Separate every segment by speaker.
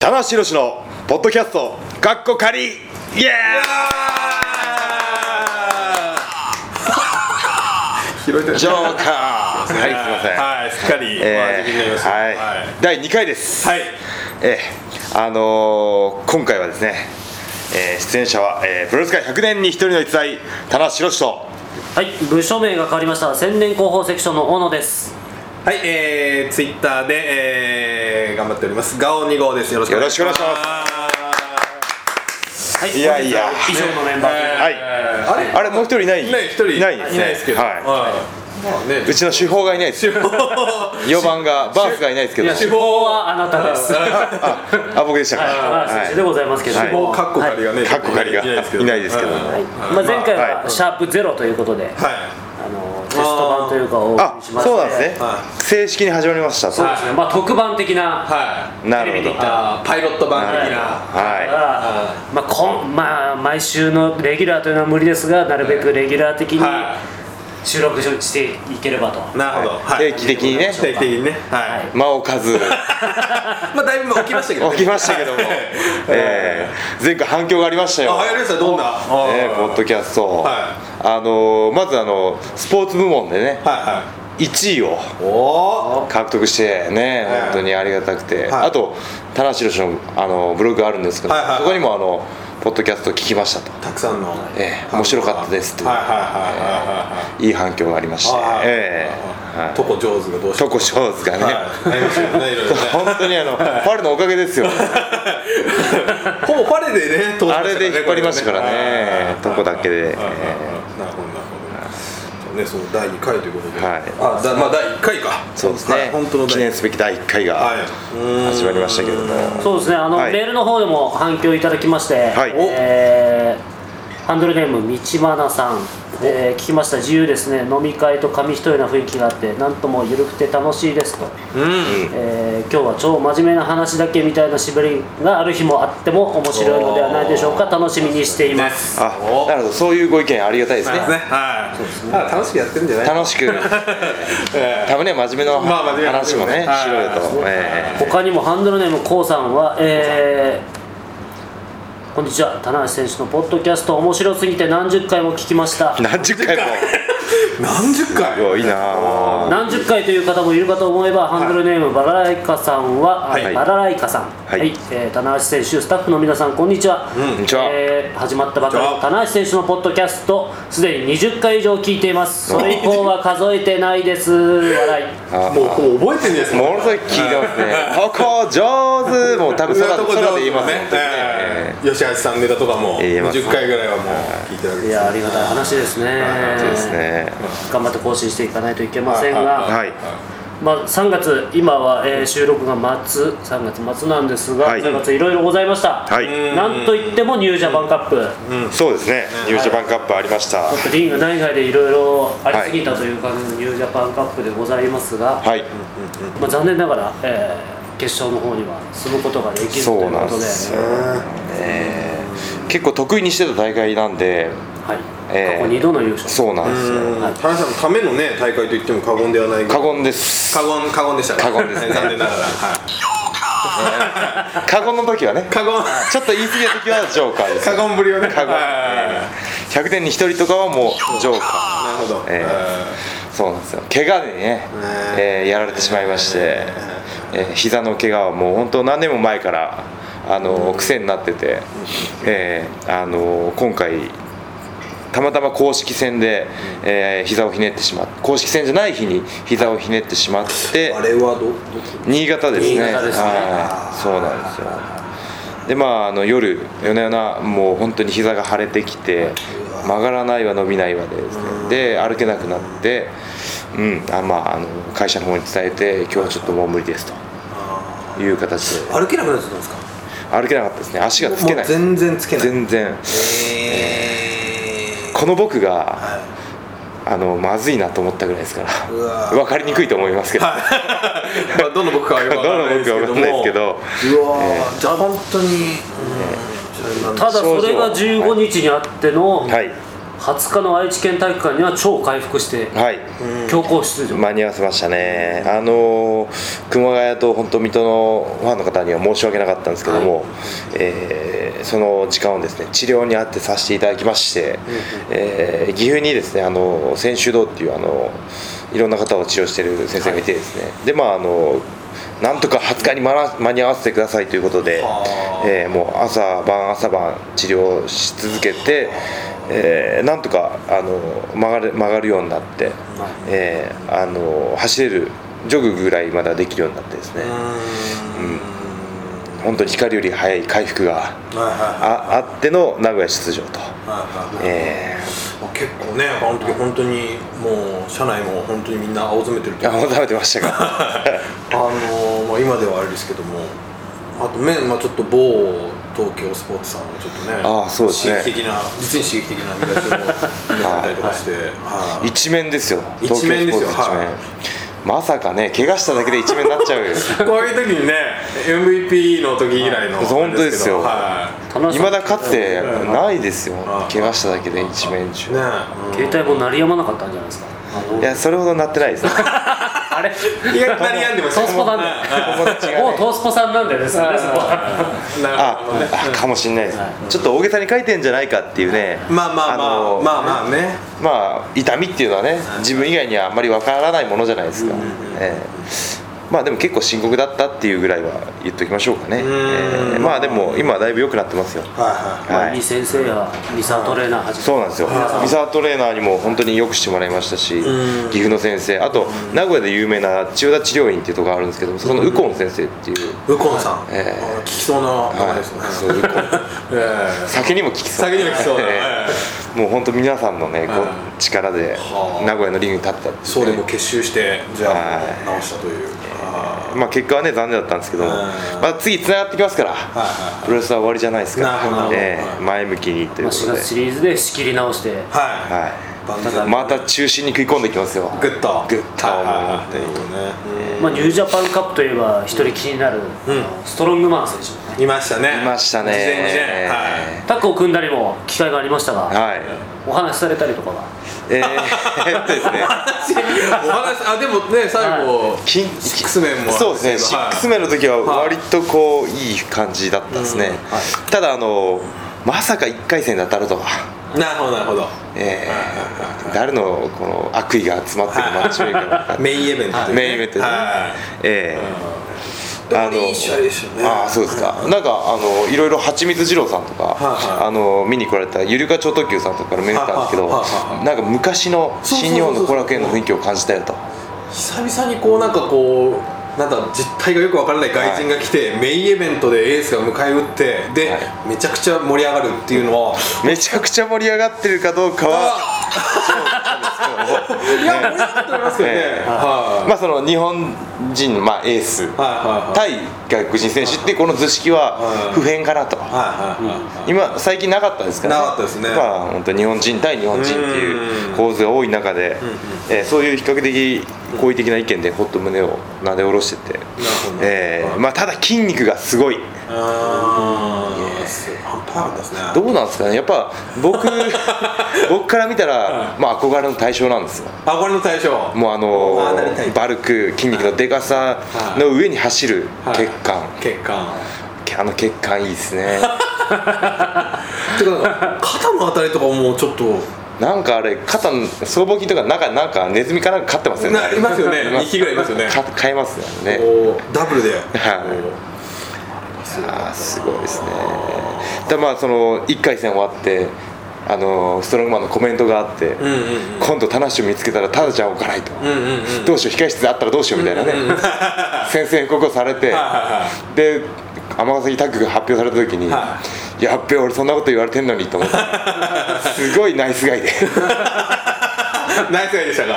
Speaker 1: 棚橋宏のポッドキャストかっこ仮イエ
Speaker 2: 拾えて
Speaker 1: ーイジョーカーはいすいません
Speaker 2: はい、すっかりお
Speaker 1: え
Speaker 2: 味気になりました。
Speaker 1: ーはい第2回です
Speaker 2: はい。
Speaker 1: ええあのー今回はですね、えー出演者は、えープロレス界100年に一人の逸材棚橋宏と
Speaker 3: はい、部署名が変わりました宣伝広報セクションの小野です
Speaker 2: はい、えー、ツイッターで、えー、頑張っております。ガオ2号です。よろしくお願いします。
Speaker 1: よろしくお
Speaker 3: はい、
Speaker 1: いやいや
Speaker 3: 以上のメンバーで、
Speaker 1: はい
Speaker 2: あれ
Speaker 1: あれもう一人いない
Speaker 2: いない、一人
Speaker 1: いないですね
Speaker 2: いないですけど。
Speaker 1: は
Speaker 2: まあね
Speaker 1: い、うちの主砲がいないです4番がバースがいないですけ
Speaker 2: い
Speaker 1: ど
Speaker 2: や、司
Speaker 3: ここ
Speaker 2: 法は、
Speaker 3: はあなたです
Speaker 1: あ僕でしたか
Speaker 3: はい
Speaker 1: は
Speaker 3: 選
Speaker 1: い
Speaker 3: 手でございますけど
Speaker 1: はい
Speaker 2: もうカッコカリがね、
Speaker 1: カッコカリがいないですけど
Speaker 2: はい
Speaker 3: まあ、前回
Speaker 1: まあは
Speaker 3: はいシャープゼロということで、
Speaker 2: は
Speaker 3: あのテスト版というかをお送
Speaker 1: あ
Speaker 3: りしまして
Speaker 1: そうなんですね
Speaker 2: は
Speaker 1: 正式に始まりましたと
Speaker 3: そうですね、まあ、特番的
Speaker 2: い。
Speaker 3: な
Speaker 2: は
Speaker 1: なる
Speaker 3: テレビ
Speaker 1: ほ
Speaker 3: で言
Speaker 1: ど
Speaker 3: っ
Speaker 2: い。
Speaker 3: た
Speaker 2: あーパイロット版的な。
Speaker 1: は
Speaker 3: あまあこんまあ、毎週のレギュラーというのは無理ですがなるべくレギュラー的
Speaker 2: は
Speaker 3: に収録していければと、
Speaker 2: い。なるほど。は
Speaker 1: 定
Speaker 2: い
Speaker 1: 期的にね
Speaker 2: 定期的にね。は
Speaker 3: は
Speaker 2: い。
Speaker 3: い
Speaker 1: い間を数
Speaker 2: まあ、だいぶ起きましたけどね。
Speaker 1: 起きましたけどもえー前回反響がありました
Speaker 2: あ、
Speaker 1: よ
Speaker 2: はやりました。どんな。
Speaker 1: えーポッド
Speaker 2: キ
Speaker 1: キャスト
Speaker 2: は
Speaker 1: あのーまずあのスポーツ部門でね
Speaker 2: はいはい。
Speaker 1: 1位を
Speaker 2: おー
Speaker 1: 獲得してね
Speaker 2: はい
Speaker 1: 本当にありがたくて
Speaker 2: はい
Speaker 1: あと田中宏のあのブログがあるんですけど
Speaker 2: はいはいはい
Speaker 1: そこにもあのポッドキャスト聞きましたと
Speaker 2: たくさんの、
Speaker 1: ええ面白かったですっていう
Speaker 2: はいはいはいはいはい
Speaker 1: い反響がありまして
Speaker 2: はい
Speaker 1: ええはい
Speaker 2: トコ上手がどうし
Speaker 1: トコショーズがね
Speaker 2: はいありますよねいろいろね
Speaker 1: 本当にあのファルのおかげですよ
Speaker 2: ほぼパレでね通しま
Speaker 1: あ
Speaker 2: したからね
Speaker 1: れで引っ張りましたからね
Speaker 2: これは
Speaker 1: トコだけで
Speaker 2: はいはいはいはいなるほどなるほどねその第2回ということで、
Speaker 1: はい
Speaker 2: あだまあ第1回か
Speaker 1: そうですね
Speaker 2: はい本当の
Speaker 1: 記
Speaker 2: 第
Speaker 1: 念
Speaker 2: 一
Speaker 1: すべき第1回
Speaker 2: 回
Speaker 1: が
Speaker 2: はい
Speaker 1: 始まりましたけれども
Speaker 3: そうですねあの、
Speaker 1: はい
Speaker 3: メールの方でも反響いただきまして、
Speaker 1: はい
Speaker 3: えーハンドルネーム道花さん、えー聞きました自由ですね飲み会と紙一重な雰囲気があってなんとも緩くて楽しいですと、
Speaker 2: うん
Speaker 3: えー今日は超真面目な話だけみたいな絞りがある日もあっても面白いのではないでしょうか楽しみにしていま
Speaker 2: ね
Speaker 3: す、
Speaker 1: あ
Speaker 2: お
Speaker 1: なるほどそういうご意見ありがたいです
Speaker 2: そうですね
Speaker 1: ね
Speaker 2: はいあ楽しくやってるんじゃない
Speaker 1: 楽 しく
Speaker 2: え
Speaker 1: たまには真面目な
Speaker 2: まあ真面目な
Speaker 1: 話もね
Speaker 2: はい
Speaker 1: しろよ
Speaker 2: そう
Speaker 1: と
Speaker 2: ですね
Speaker 1: え
Speaker 3: 他にもハンドルネームこうさんは、えーこんにちは棚橋選手のポッドキャスト面白すぎて何十回も聞きました
Speaker 1: え何十回も
Speaker 2: え何十回
Speaker 1: すごいなあもう
Speaker 3: 何十回という方もいるかと思えば、ハンドルネームバラライカさんは、
Speaker 2: はい
Speaker 3: バラライカさん、
Speaker 1: は
Speaker 3: はいい、えー棚橋選手、スタッフの皆さん、こんにちは。
Speaker 1: こんにちは
Speaker 3: えー始まったばかり
Speaker 2: こん
Speaker 3: の
Speaker 2: にち
Speaker 3: 棚橋選手のポッドキャスト、すでに20回以上聞いています。それ以降は数えてないです。笑い。
Speaker 1: あ
Speaker 2: もうもう覚えてるんじゃないですか
Speaker 1: ものすごい聞いてますねここ上手もう多分
Speaker 2: そんな
Speaker 1: 空
Speaker 2: と
Speaker 1: で空
Speaker 2: こ
Speaker 1: で
Speaker 2: 上
Speaker 1: 言い
Speaker 2: 手
Speaker 1: ま
Speaker 2: も
Speaker 1: すね
Speaker 2: ね
Speaker 1: 本当にねえ
Speaker 2: ええ吉橋さんネタとかも
Speaker 1: 言えます
Speaker 2: 10回ぐらいはもう聞いてるわけ
Speaker 3: い
Speaker 2: です
Speaker 3: や、ありがたい話ですね。
Speaker 1: えそうですね
Speaker 3: 頑張って更新していかないといけませんが、
Speaker 1: はい
Speaker 3: まあ、3月、今は、えー収録が末、3月末なんですが、
Speaker 1: はい
Speaker 3: 3月いろいろございました。
Speaker 1: はい
Speaker 3: なんといってもニュージャパンカップ、
Speaker 1: そうですねニュージャパンカップありました
Speaker 3: ちょっとリング内外でいろいろありすぎたという感じのニュージャパンカップでございますが、
Speaker 1: はい
Speaker 3: まあ、残念ながら、えー決勝の方には進むことができずと
Speaker 1: そ
Speaker 3: いうう
Speaker 1: なん
Speaker 3: こ
Speaker 1: で
Speaker 3: とで、
Speaker 1: すよね結構得意にしてた大会なんで
Speaker 3: はい
Speaker 1: えー
Speaker 3: 過去2度の優勝、
Speaker 1: そうなんですよ
Speaker 2: うん田中さんのためのね大会といっても過言ではないぐら
Speaker 1: 過
Speaker 2: い
Speaker 1: 言です
Speaker 2: 過言過言でしたね
Speaker 1: 過言ですね
Speaker 2: 残念ながらはい
Speaker 1: 過言の時はね
Speaker 2: 過言
Speaker 1: ちょっと言い過ぎた時はジョーカーです
Speaker 2: 過言ぶりをね
Speaker 1: 過言
Speaker 2: は
Speaker 1: 100年に1人とかはもうジョーカ
Speaker 2: いなるほど、
Speaker 1: えーそうなんですよ怪我でね
Speaker 2: ね、
Speaker 1: えーやられてしまいまして、えー膝の怪我はもう本当何年も前からあの癖になってて、えーあの今回たまたま公式戦で、えー膝をひねってしまって公式戦じゃない日に膝をひねってしまって
Speaker 2: あれはどど
Speaker 1: 新潟ですね
Speaker 3: 新潟ですね
Speaker 1: はいそうなんですよでまああの夜夜な夜なもう本当に膝が腫れてきて曲がらないわ伸びないわでですねで歩けなくなってうんあまああの会社の方に伝えて今日はちょっともう無理ですという形で
Speaker 2: 歩けなくなっちゃったんですか
Speaker 1: 歩けなかったですね足がつけない
Speaker 2: もう全然つけない
Speaker 1: 全然
Speaker 2: えー
Speaker 1: この僕が
Speaker 2: は
Speaker 1: あのまずいなと思ったぐらいですから
Speaker 2: うわ
Speaker 1: 分かりにくいと思いますけど
Speaker 2: いまあどの僕かはよくわからないですけども
Speaker 1: どの僕かわかんないですけど
Speaker 2: うわーじゃあ本当にうん
Speaker 3: ただそれ
Speaker 1: 症
Speaker 3: が
Speaker 1: 状
Speaker 3: 15日にあっての
Speaker 1: はい
Speaker 3: 20日の愛知県体育館には超回復して
Speaker 1: はい
Speaker 3: 強行出場、
Speaker 1: 間に合わせましたね、あのー熊谷と本当、水戸のファンの方には申し訳なかったんですけども、えーその時間をですね治療にあってさせていただきまして、えー岐阜にですねあの千秋堂っていうあのいろんな方を治療してる先生がいてですね、でまああのなんとか20日に間ら間に合わせてくださいということで、
Speaker 2: はあ
Speaker 1: えーもう朝晩朝晩治療し続けて、えーなんとかあの曲がる曲がるようになって。
Speaker 3: はい
Speaker 1: えーあの走れるジョグぐらいまだできるようになってですね、本当に光より早い回復が
Speaker 2: はいはいはい
Speaker 1: ああっての名古屋出場と、
Speaker 2: はいはい
Speaker 1: え
Speaker 2: 結構ねあの時本当にもう社内も本当にみんな青詰めてる
Speaker 1: ー、
Speaker 2: と
Speaker 1: いや
Speaker 2: いう
Speaker 1: も
Speaker 2: か
Speaker 1: う食べてましたが
Speaker 2: あのーまあ、今ではあれですけどもあとね、まあ、ちょっと某東京スポーツさんはちょっとね
Speaker 1: ああそうですね
Speaker 2: 刺激的な実に刺激的な見出しをやったりとかして、はい
Speaker 1: 一面ですよ
Speaker 2: 一
Speaker 1: 東京スポーツ
Speaker 2: 面
Speaker 1: 一
Speaker 2: です
Speaker 1: 面
Speaker 2: よはい
Speaker 1: まさかね怪我しただけで一面になっちゃう
Speaker 2: こういう時にね MVP の時以来
Speaker 1: はい
Speaker 2: のあれけど
Speaker 1: 本当ですよ
Speaker 2: はい
Speaker 3: 田中さん
Speaker 1: いまだかつてないですよ
Speaker 2: はい
Speaker 1: 怪我しただけで一面中
Speaker 2: ね
Speaker 3: 携帯も鳴りやまなかったんじゃないですか
Speaker 1: いやそれほどなってないですね
Speaker 3: あれ
Speaker 2: うん、意外と何やんでも
Speaker 3: トースポなんで
Speaker 1: 友達が
Speaker 3: もう
Speaker 1: ね
Speaker 3: トースポさんなんでですねそこは
Speaker 2: な
Speaker 1: あ
Speaker 2: るほどね
Speaker 1: あかもしれないです、ちょっと大げさに書いてんじゃないかっていうね
Speaker 2: まあまあまあ、
Speaker 1: の
Speaker 2: まあまあね
Speaker 1: まあ、痛みっていうのはね自分以外にはあんまりわからないものじゃないですか、ええまあでも結構深刻だったっていうぐらいは言っときましょうかね、え
Speaker 2: ん
Speaker 1: えまあでも今はだいぶ良くなってますよ
Speaker 2: はい
Speaker 1: はい
Speaker 3: まあいい先生やミサートレーナーはじめ
Speaker 1: そうなんですよ三沢トレーナーにも本当によくしてもらいましたし
Speaker 2: ん
Speaker 1: 岐阜の先生あと名古屋で有名な千代田治療院っていうところがあるんですけどもそこの右近先生っていう、
Speaker 2: はいウコンさん、
Speaker 1: ええ
Speaker 2: あの聞きそうな名前
Speaker 1: は
Speaker 2: ですね、
Speaker 1: い、そう右近
Speaker 2: え え
Speaker 1: 酒にも効きそう
Speaker 2: 酒にも効きそうだね
Speaker 1: もう本当皆さんのね、こう
Speaker 2: は
Speaker 1: 力で
Speaker 2: はあ
Speaker 1: 名古屋のリングに立ったっていうね
Speaker 2: そうでも結集してじゃ
Speaker 1: は
Speaker 2: あ直したというあ
Speaker 1: まあ、結果はね残念だったんですけども、
Speaker 2: うん
Speaker 1: まあ、次つながってきますから、
Speaker 2: はいはい
Speaker 1: プロレスは終わりじゃないですから
Speaker 2: なるほどなるほど
Speaker 1: ええ
Speaker 2: はい
Speaker 1: 前向きにという
Speaker 3: まあ、
Speaker 1: こと
Speaker 3: 4
Speaker 1: で、
Speaker 3: 月シリーズで仕切り直して
Speaker 2: ーは
Speaker 1: はい
Speaker 2: 万
Speaker 1: い、
Speaker 2: 歳
Speaker 1: また中心に食い込んできますよ
Speaker 2: グッと
Speaker 1: グッと
Speaker 2: はいはいはい
Speaker 1: 本当に
Speaker 2: ね
Speaker 3: まあ、ニュージャパンカップといえば一人気になる、ストロングマン選手もね
Speaker 2: うんいましたね
Speaker 1: いましたね
Speaker 2: 事前にねはい
Speaker 3: タッグを組んだりも機会がありましたが、
Speaker 1: はい
Speaker 3: お話しされたりとかは
Speaker 1: えーえっとですね
Speaker 2: お話あでもね最後
Speaker 1: 金
Speaker 2: シックスメンも
Speaker 1: そうですねシックスメンの時は割とこういい感じだったんですね、ただあのまさか1回戦で当たるとは
Speaker 2: ンなるほどなるほど
Speaker 1: えー誰のこの悪意が集まってるマッチメーカーなのか
Speaker 2: メインイベントというね
Speaker 1: メインイベントね
Speaker 2: はい
Speaker 1: ええ
Speaker 2: でもいい試合でしたよね
Speaker 1: ああそうですかなんかあのいろいろはちみつ二郎さんとか、
Speaker 2: はい
Speaker 1: あの見に来られたゆりか超特急さんとかから見れたんですけど、
Speaker 2: はいはいはい
Speaker 1: なんか昔の
Speaker 2: そうそうそうそう
Speaker 1: 新日本の後楽園の雰囲気を感じたよと
Speaker 2: 久々にこうなんかこうなんだ実態がよくわからない外人が来て、メインイベントでエースが迎え撃ってで、
Speaker 1: は
Speaker 2: めちゃくちゃ盛り上がるっていうのは
Speaker 1: めちゃくちゃ盛り上がってるかどうかは
Speaker 2: いや盛り上がっておりますけどね、
Speaker 1: ええ
Speaker 2: はい、
Speaker 1: まあその日本人の、まあ、エース
Speaker 2: はいはいはい
Speaker 1: 対外国人選手ってこの図式は
Speaker 2: はい
Speaker 1: 不変かなと、
Speaker 2: はいはいはい
Speaker 1: 今最近なかったですから、
Speaker 2: なかったですね
Speaker 1: まあ本当日本人対日本人っていう構図が多い中で、えーそういう比較的好意的な意見でほっと胸をなで下ろしてて、
Speaker 2: ほど
Speaker 1: えーまあ、ただ筋肉がすごい
Speaker 2: あー半端なかったですね
Speaker 1: どうなんですかねやっぱ 僕僕から見たら、まあ、憧れの対象なんですよ
Speaker 2: あこれの対象は
Speaker 1: もうあの
Speaker 2: あーなりたい
Speaker 1: バルク筋肉のでかさの上に走る
Speaker 2: い
Speaker 1: 血管、
Speaker 2: 血管
Speaker 1: あの血管いいですね
Speaker 2: てか肩のあたりとかもうちょっと
Speaker 1: なんかあれ肩の僧帽筋とかなんかなんかネズミかなんか飼ってますよね
Speaker 2: なりますよね2匹ぐら いいますよね
Speaker 1: か買えますよね
Speaker 2: こうダブルで
Speaker 1: はいあーすごいですねだまあその1回戦終わってあのストロングマンのコメントがあって、
Speaker 2: うんうん
Speaker 1: 今度田無を見つけたらタダちゃんを置かないと、
Speaker 2: うんうんうん
Speaker 1: どうしよう控室で会ったらどうしようみたいなね、宣戦布告をされてで尼崎タッグが発表された時に、
Speaker 2: は
Speaker 1: やっべ俺そんなこと言われてんのにと 思ってすごいナイスガイで
Speaker 2: ナイスガイでしたか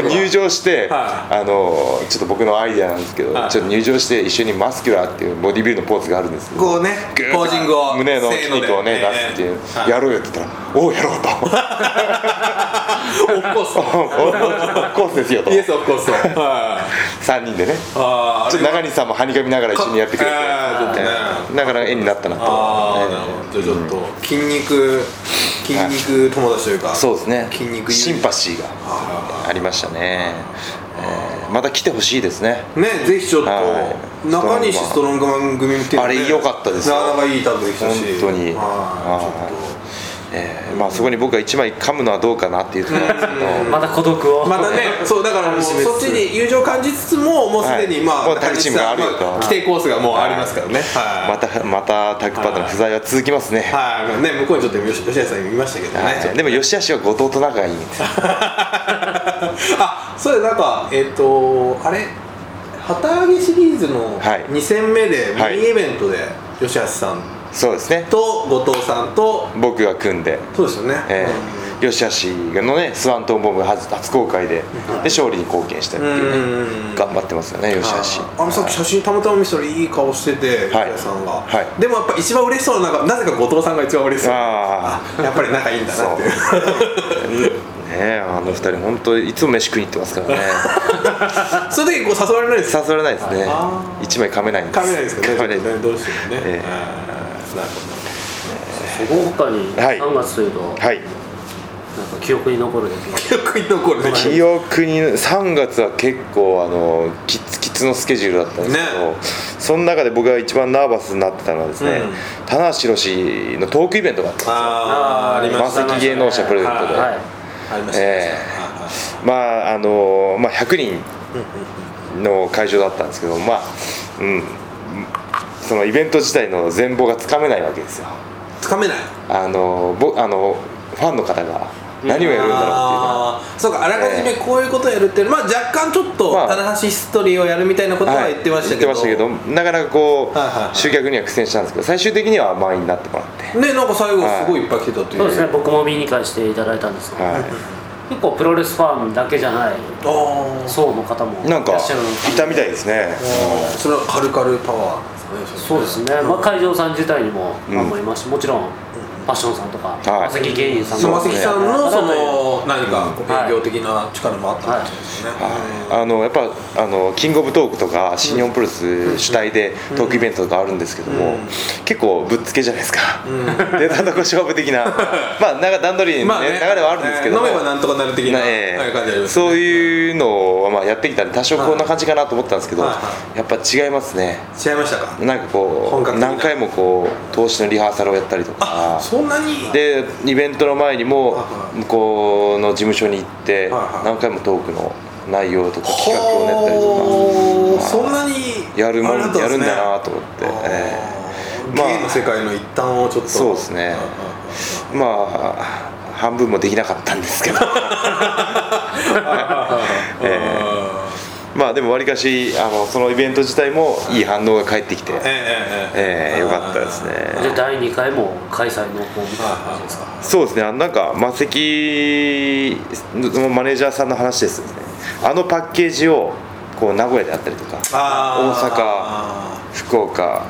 Speaker 1: これ入場して、
Speaker 2: は
Speaker 1: あのちょっと僕のアイデアなんですけど、
Speaker 2: はい
Speaker 1: ちょっと入場して一緒にマスキュラーっていうボディビルのポーズがあるんですけど
Speaker 2: こうね
Speaker 1: グーッと
Speaker 2: ポージングを
Speaker 1: 胸の筋肉をね出すっていう、や
Speaker 2: る
Speaker 1: ろうよって言ったら「おおやろう」 と
Speaker 2: オフコ ース
Speaker 1: 「コースですよ」と
Speaker 2: イエスオフコースはい
Speaker 1: 3人でね
Speaker 2: あーあ
Speaker 1: ちょっと中西さんもはにかみながら一緒にやってくれて
Speaker 2: あーちょっとね
Speaker 1: だから絵になったなと
Speaker 2: ああなるほどじゃあちょっと筋肉筋肉友達というか、
Speaker 1: そうですね
Speaker 2: 筋肉友人
Speaker 1: シンパシーが
Speaker 2: は
Speaker 1: ありましたね、えーまた来てほしいですね
Speaker 2: いねぜひちょっと、
Speaker 1: はい
Speaker 2: 中西ストロングマン組っていうのね
Speaker 1: あれ良かったですよ
Speaker 2: なかなかいいタッグできた
Speaker 1: 本
Speaker 2: し
Speaker 1: 当に、
Speaker 2: はいちょっと
Speaker 1: はいえーまあ、そこに僕が一枚噛むのはどうかなっていうところなんですけど、
Speaker 3: また孤独を
Speaker 2: また ね、そうだからもう
Speaker 3: しめつつ
Speaker 2: そっちに友情を感じつつも、もうすで
Speaker 1: は
Speaker 2: に
Speaker 1: い
Speaker 2: まあ、
Speaker 1: もうタッグチームがあるよと
Speaker 2: ま規定コースがもうありますからね。はい。
Speaker 1: またまたタッグパートナー不在は続きますね、
Speaker 2: はい、まあね、向こうにちょっと吉吉田さん見ましたけどね。
Speaker 1: はいでも吉橋は後藤と仲がいいんです
Speaker 2: あ、それなんかえっ、とあれ旗揚げシリーズの
Speaker 1: はい
Speaker 2: 2戦目でメ
Speaker 1: はい
Speaker 2: インイベントで吉橋さん
Speaker 1: そうですね
Speaker 2: と後藤さんと
Speaker 1: 僕が組んで、
Speaker 2: そうですよね。
Speaker 1: えー吉橋のねスワントンボムが初初公開で,、で勝利に貢献したって
Speaker 2: うん
Speaker 1: いうね、
Speaker 2: うん
Speaker 1: 頑張ってますよね吉橋
Speaker 2: あのさっき写真たまたま見せたらいい顔してて、
Speaker 1: はい
Speaker 2: 吉田さんが、
Speaker 1: はい
Speaker 2: でもやっぱ一番嬉しそうなのがなぜか後藤さんが一番嬉しそう
Speaker 1: あ
Speaker 2: あやっぱり仲いいんだなっていう
Speaker 1: あ ねえあの二人本当いつも飯食いに行ってます からね
Speaker 2: その時こう誘われないです
Speaker 1: 誘われないですね
Speaker 2: あ
Speaker 1: 一枚噛めないんです
Speaker 2: 噛めないですけどね
Speaker 1: 噛めない
Speaker 2: ちょっとねどうしてもね、
Speaker 1: ええ
Speaker 2: あーなるほ
Speaker 3: 豪華に
Speaker 1: はい
Speaker 3: 3月というと、
Speaker 1: はい
Speaker 3: なんか記憶に残る出来事
Speaker 2: ど記憶に残るね
Speaker 1: 記憶に3月は結構あのキツキツのスケジュールだったんですけど、
Speaker 2: ね
Speaker 1: その中で僕が一番ナーバスになってたのはですね、
Speaker 2: うん
Speaker 1: 棚橋宏のトークイベントがあった
Speaker 2: あーありました
Speaker 1: マセキ芸能者プレゼントで
Speaker 3: はい
Speaker 2: ありました
Speaker 1: ええ
Speaker 2: あ
Speaker 1: まああのまあ、100人の会場だったんですけどまあうんそのイベント自体の全貌がつかめないわけですよ
Speaker 2: ーつかめない
Speaker 1: あのぼあのファンの方が何をやるんだろうっていうのは
Speaker 2: あーそうかあらかじめこういうことをやるっていうのは、まあ、若干ちょっと
Speaker 1: まあ
Speaker 2: 棚橋ヒストリーをやるみたいなことは言ってましたけど、
Speaker 1: はい言ってましたけどなかなかこう、
Speaker 2: はいはいはい
Speaker 1: 集客には苦戦したんですけど最終的には満員になってもらって
Speaker 2: ねなんか最後すごいいっぱい来てたという、
Speaker 3: そうですね僕も見に返していただいたんですが、
Speaker 1: は
Speaker 3: 結構プロレスファンだけじゃない
Speaker 2: ああ
Speaker 3: 層の方も
Speaker 1: い、
Speaker 3: いら
Speaker 1: なんか
Speaker 3: っしゃるの
Speaker 1: いたみたいですね。
Speaker 2: それはカルカルパワーですね
Speaker 3: そうですね、まあ、会場さん自体にも
Speaker 1: ん
Speaker 3: まあもいますし、もちろんパッションさんとか、
Speaker 1: はい
Speaker 3: マセキ芸人さん
Speaker 2: そ
Speaker 3: と
Speaker 2: の
Speaker 3: か
Speaker 2: マセキさんのその何かこう
Speaker 3: はい
Speaker 2: 勉強的な力もあったんですね、
Speaker 1: あのやっぱあのキングオブトークとか新日本プロレス主体でトークイベントとかあるんですけども、結構ぶっつけじゃないですか、出たとこ勝負的 なまあなんか段取りの、ね
Speaker 2: まあね、
Speaker 1: 流れはあるんですけど
Speaker 2: え
Speaker 1: も、
Speaker 2: ー飲めばなんとかなる的な、
Speaker 1: なええ
Speaker 2: はい感じありますね
Speaker 1: そういうのをまあやってきたんで多少こんな感じかなと思ったんですけど、
Speaker 2: はいは
Speaker 1: やっぱ違いますね
Speaker 2: 違いましたか
Speaker 1: なんかこ
Speaker 2: 本格
Speaker 1: う
Speaker 2: 的な
Speaker 1: 何回もこう投資のリハーサルをやったりと
Speaker 2: あ
Speaker 1: か
Speaker 2: そんなに
Speaker 1: でイベントの前にも
Speaker 2: はいはい
Speaker 1: 向こうの事務所に行って
Speaker 2: はいはい
Speaker 1: 何回もトークの内容とか企画を練ったり
Speaker 2: ほ
Speaker 1: と
Speaker 2: ー
Speaker 1: か
Speaker 2: そん
Speaker 1: は
Speaker 2: なに
Speaker 1: いやるもん
Speaker 2: あれった
Speaker 1: や
Speaker 2: です
Speaker 1: るん
Speaker 2: ね
Speaker 1: だなと思って
Speaker 2: あー
Speaker 1: え
Speaker 2: ゲ
Speaker 1: まあ
Speaker 2: ームの世界の一端をちょっと
Speaker 1: そうですねえまあ半分もできなかったんですけ どえまあでもわりかしあのそのイベント自体もいい反応が返ってきて
Speaker 2: ええ
Speaker 1: ええよかったです
Speaker 3: じ
Speaker 1: ね
Speaker 3: ゃあ第2回も開催の方みたいな感じですか
Speaker 1: そうですねあのなんかマセキのマネージャーさんの話ですよねあのパッケージをこう名古屋であったりとか
Speaker 2: あー
Speaker 1: 福岡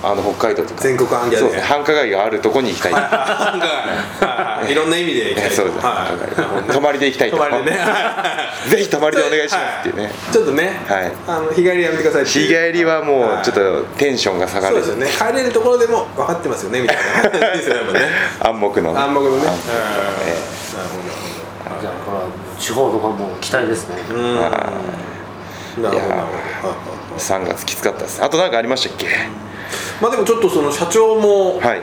Speaker 1: あの北海道とか
Speaker 2: 全国アンギャ
Speaker 1: そう
Speaker 2: で
Speaker 1: ですね繁華街があるとこに行きたい
Speaker 2: 案外はいはいいろんな意味で行きたい と
Speaker 1: そうですね
Speaker 2: は
Speaker 1: 繁
Speaker 2: い
Speaker 1: 華街泊まりで行きたい
Speaker 2: 泊
Speaker 1: と
Speaker 2: まりでね
Speaker 1: ぜひ泊まりでお願いしますっていうね
Speaker 2: ちょっとね、
Speaker 1: はい
Speaker 2: あの日帰りやめてくださいって
Speaker 1: 日
Speaker 2: いう
Speaker 1: 帰りはもうちょっとテンションが下が
Speaker 2: そう
Speaker 1: る
Speaker 2: ですよね帰れるところでも分かってますよねみたい な感じですよねやっぱね
Speaker 1: 暗黙のね
Speaker 2: 暗黙のね
Speaker 1: は
Speaker 2: え
Speaker 1: え
Speaker 2: えなるほど
Speaker 3: じゃあこれは地方のファンも期待ですね、
Speaker 2: なるほどうんなるほどなるほど
Speaker 1: いやー
Speaker 2: はいはい
Speaker 1: 3月きつかったですあと何かありましたっけ
Speaker 2: まあでもちょっとその社長も
Speaker 1: はい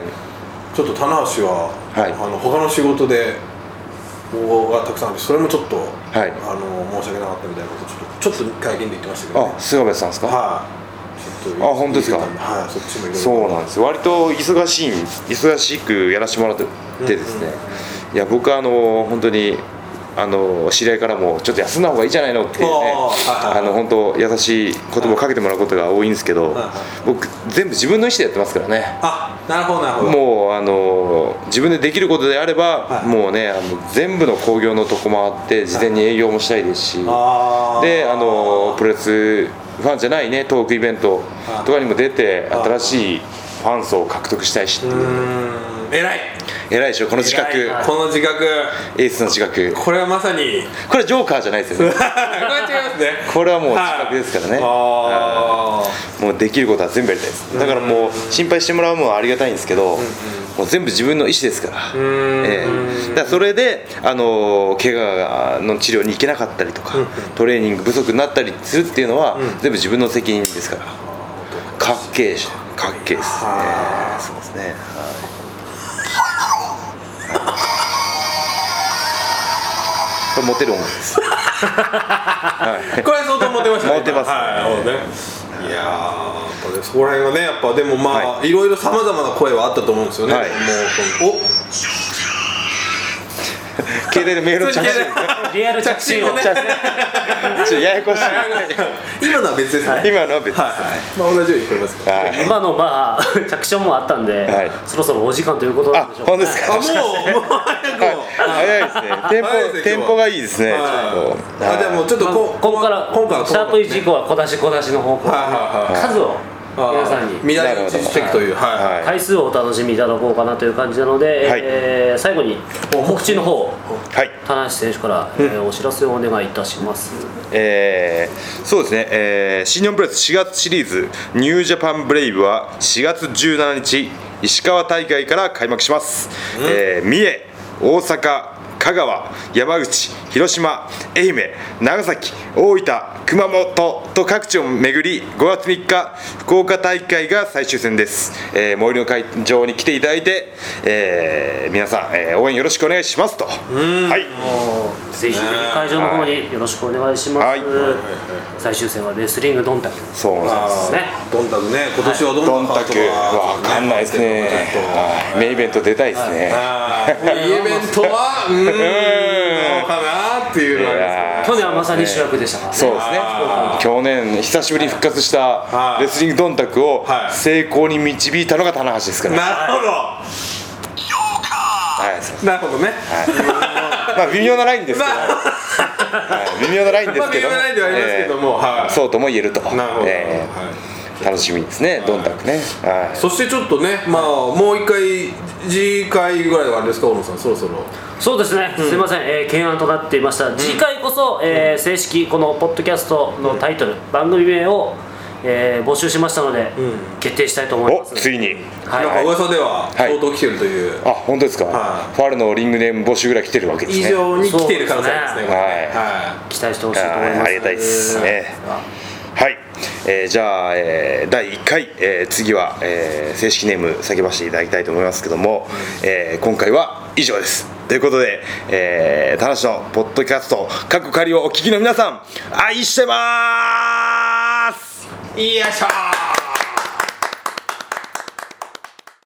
Speaker 2: ちょっと棚橋は、
Speaker 1: はい
Speaker 2: あの他の仕事で応募がたくさんあってそれもちょっと、
Speaker 1: い
Speaker 2: あの申し訳なかったみたいなことをちょっとちょっと会見で言ってましたけど、ね、
Speaker 1: あ菅部さんですか
Speaker 2: はいちょっと
Speaker 1: あ本当ですか
Speaker 2: はいそっちもいろいろ
Speaker 1: そうなんですよ割と忙しい忙しくやらせてもらってですね、いや僕はあの本当にあの知り合いからもちょっと休んだ方がいいじゃないのっていうね
Speaker 2: あーはいは
Speaker 1: あ
Speaker 2: い
Speaker 1: の本当優しい言葉をかけてもらうことが多いんですけど
Speaker 2: はいはい
Speaker 1: 僕全部自分の意思でやってますからね
Speaker 2: あなるほどなるほど
Speaker 1: もうあの自分でできることであれば
Speaker 2: はい
Speaker 1: もうねあの全部の興行のとこ回って事前に営業もしたいですし
Speaker 2: あー
Speaker 1: であのプロレスファンじゃないねトークイベントとかにも出て
Speaker 2: あ
Speaker 1: 新しいファン層を獲得したいしって
Speaker 2: う
Speaker 1: いう
Speaker 2: ーん偉い
Speaker 1: 偉いでしょこの自覚
Speaker 2: 偉いなこの自覚
Speaker 1: エースの自覚
Speaker 2: これはまさに
Speaker 1: これはジョーカーじゃないですよね
Speaker 2: これは違いますね
Speaker 1: これはもう自覚ですからね
Speaker 2: あ
Speaker 1: もうできることは全部やりたいですだからもう心配してもらうのはありがたいんですけどもう全部自分の意思ですから、
Speaker 2: うーん
Speaker 1: ええだからそれで、あの怪我の治療に行けなかったりとか、トレーニング不足になったりするっていうのは、全部自分の責任ですからかっけえしかっけえですねそうですねはいこれモテる音楽 です
Speaker 2: これ相当モテましたね
Speaker 1: モテますね
Speaker 2: はい、そうねいやーやっぱねそこら辺はねやっぱでもまあ、い、ろいろさまざまな声はあったと思うんですよね、
Speaker 1: はい
Speaker 2: もうこの
Speaker 1: 携帯でメール
Speaker 2: お
Speaker 1: を
Speaker 2: っ
Speaker 1: 着信ちょ
Speaker 3: リアル着信音
Speaker 2: 着
Speaker 3: ね
Speaker 2: 信
Speaker 1: っとややこしい
Speaker 2: 今のは別ですね、はい
Speaker 1: 今のは別です、
Speaker 2: まあ、同じように聞こえますけど
Speaker 1: はい
Speaker 3: 今のまあ 着信音もあったんで、
Speaker 1: はい
Speaker 3: そろそろお時間ということなん
Speaker 1: あ
Speaker 3: でしょうか
Speaker 1: 本当ですか
Speaker 2: あもうもう早くも、
Speaker 1: 早いですねテンポ
Speaker 2: 早いですね今日は
Speaker 1: テンポがいいですねちょっと
Speaker 2: は
Speaker 1: は
Speaker 2: い
Speaker 1: い
Speaker 2: あじゃあもうちょっと
Speaker 3: まあ
Speaker 2: こ
Speaker 3: ここから
Speaker 2: 今回は
Speaker 3: シャープ1以降は小出し小出しの方向、
Speaker 2: はいはいはい
Speaker 3: 数を皆さんに
Speaker 2: 未来を知していくというはい、
Speaker 1: はい
Speaker 3: 回数をお楽しみいただこうかなという感じなので、
Speaker 1: はい
Speaker 3: えー最後に告知の方
Speaker 1: はい
Speaker 3: 田無選手 から、えーお知らせをお願いいたします、
Speaker 1: えーそうですね、えー、新日本プロレス4月シリーズ「ニュージャパンブレイブは4月17日石川大会から開幕します、えー三重大阪香川山口広島愛媛長崎大分熊本と各地を巡り5月3日福岡大会が最終戦です、えー、最寄りの会場に来ていただいて、えー皆さん、えー応援よろしくお願いしますと、はい
Speaker 3: ぜひ会場の方によろしくお願いします、
Speaker 1: はい
Speaker 3: 最終戦はレスリングドンタクです
Speaker 1: そうなんです
Speaker 3: ね
Speaker 2: どんたくね今年はどんたく
Speaker 1: どんたくわかんないですね
Speaker 2: ちょっと
Speaker 1: はいメインイベント出たいですね
Speaker 2: あーイベントはうーんどうかなっていうのはありますね
Speaker 3: 去年はまさに主役でしたからね
Speaker 1: そうですね去年久しぶりに復活した
Speaker 2: はい
Speaker 1: レスリングどんたくを
Speaker 2: はい
Speaker 1: 成功に導いたのが棚橋ですから
Speaker 2: なるほ
Speaker 1: はいそう
Speaker 2: どなるほどね
Speaker 1: まあ微妙なラインですけどはい微妙なラインで
Speaker 2: まあ
Speaker 1: すけ
Speaker 2: 微
Speaker 1: ど
Speaker 2: 妙なラインではありますけども
Speaker 1: え
Speaker 2: は
Speaker 1: ー
Speaker 2: い
Speaker 1: そうとも言えると
Speaker 2: なるほど
Speaker 1: えー
Speaker 2: はい
Speaker 1: 楽しみですねどんたくねはい
Speaker 2: そしてちょっとねまあもう一回次回ぐらいはあれですか大野さんそろそろ
Speaker 3: そうですね、すいません、えー懸案となっていました、次回こそ、えー正式このポッドキャストのタイトル、番組名を、えー募集しましたので、決定したいと思い
Speaker 1: お
Speaker 3: ます
Speaker 1: ついに
Speaker 3: は
Speaker 2: なんか
Speaker 3: い、
Speaker 2: 噂では
Speaker 1: はい
Speaker 2: 相当来てるという
Speaker 1: あ本当ですか
Speaker 2: は
Speaker 1: ファルのリングネーム募集ぐらい来てるわけです
Speaker 2: 以
Speaker 1: ね
Speaker 2: 上に来ている可能性ありますね
Speaker 1: そうですね
Speaker 2: は
Speaker 3: 期待してほしいと思い
Speaker 1: あ
Speaker 3: ます
Speaker 1: ありがたいですね
Speaker 2: は
Speaker 1: はい、えーじゃあ、えー第1回、えー次は、えー正式ネーム叫ばせていただきたいと思いますけども、えー今回は以上ですということで、えー、田無のポッドキャスト「過去仮」をお聞きの皆さん愛してまーす
Speaker 2: いよいしょー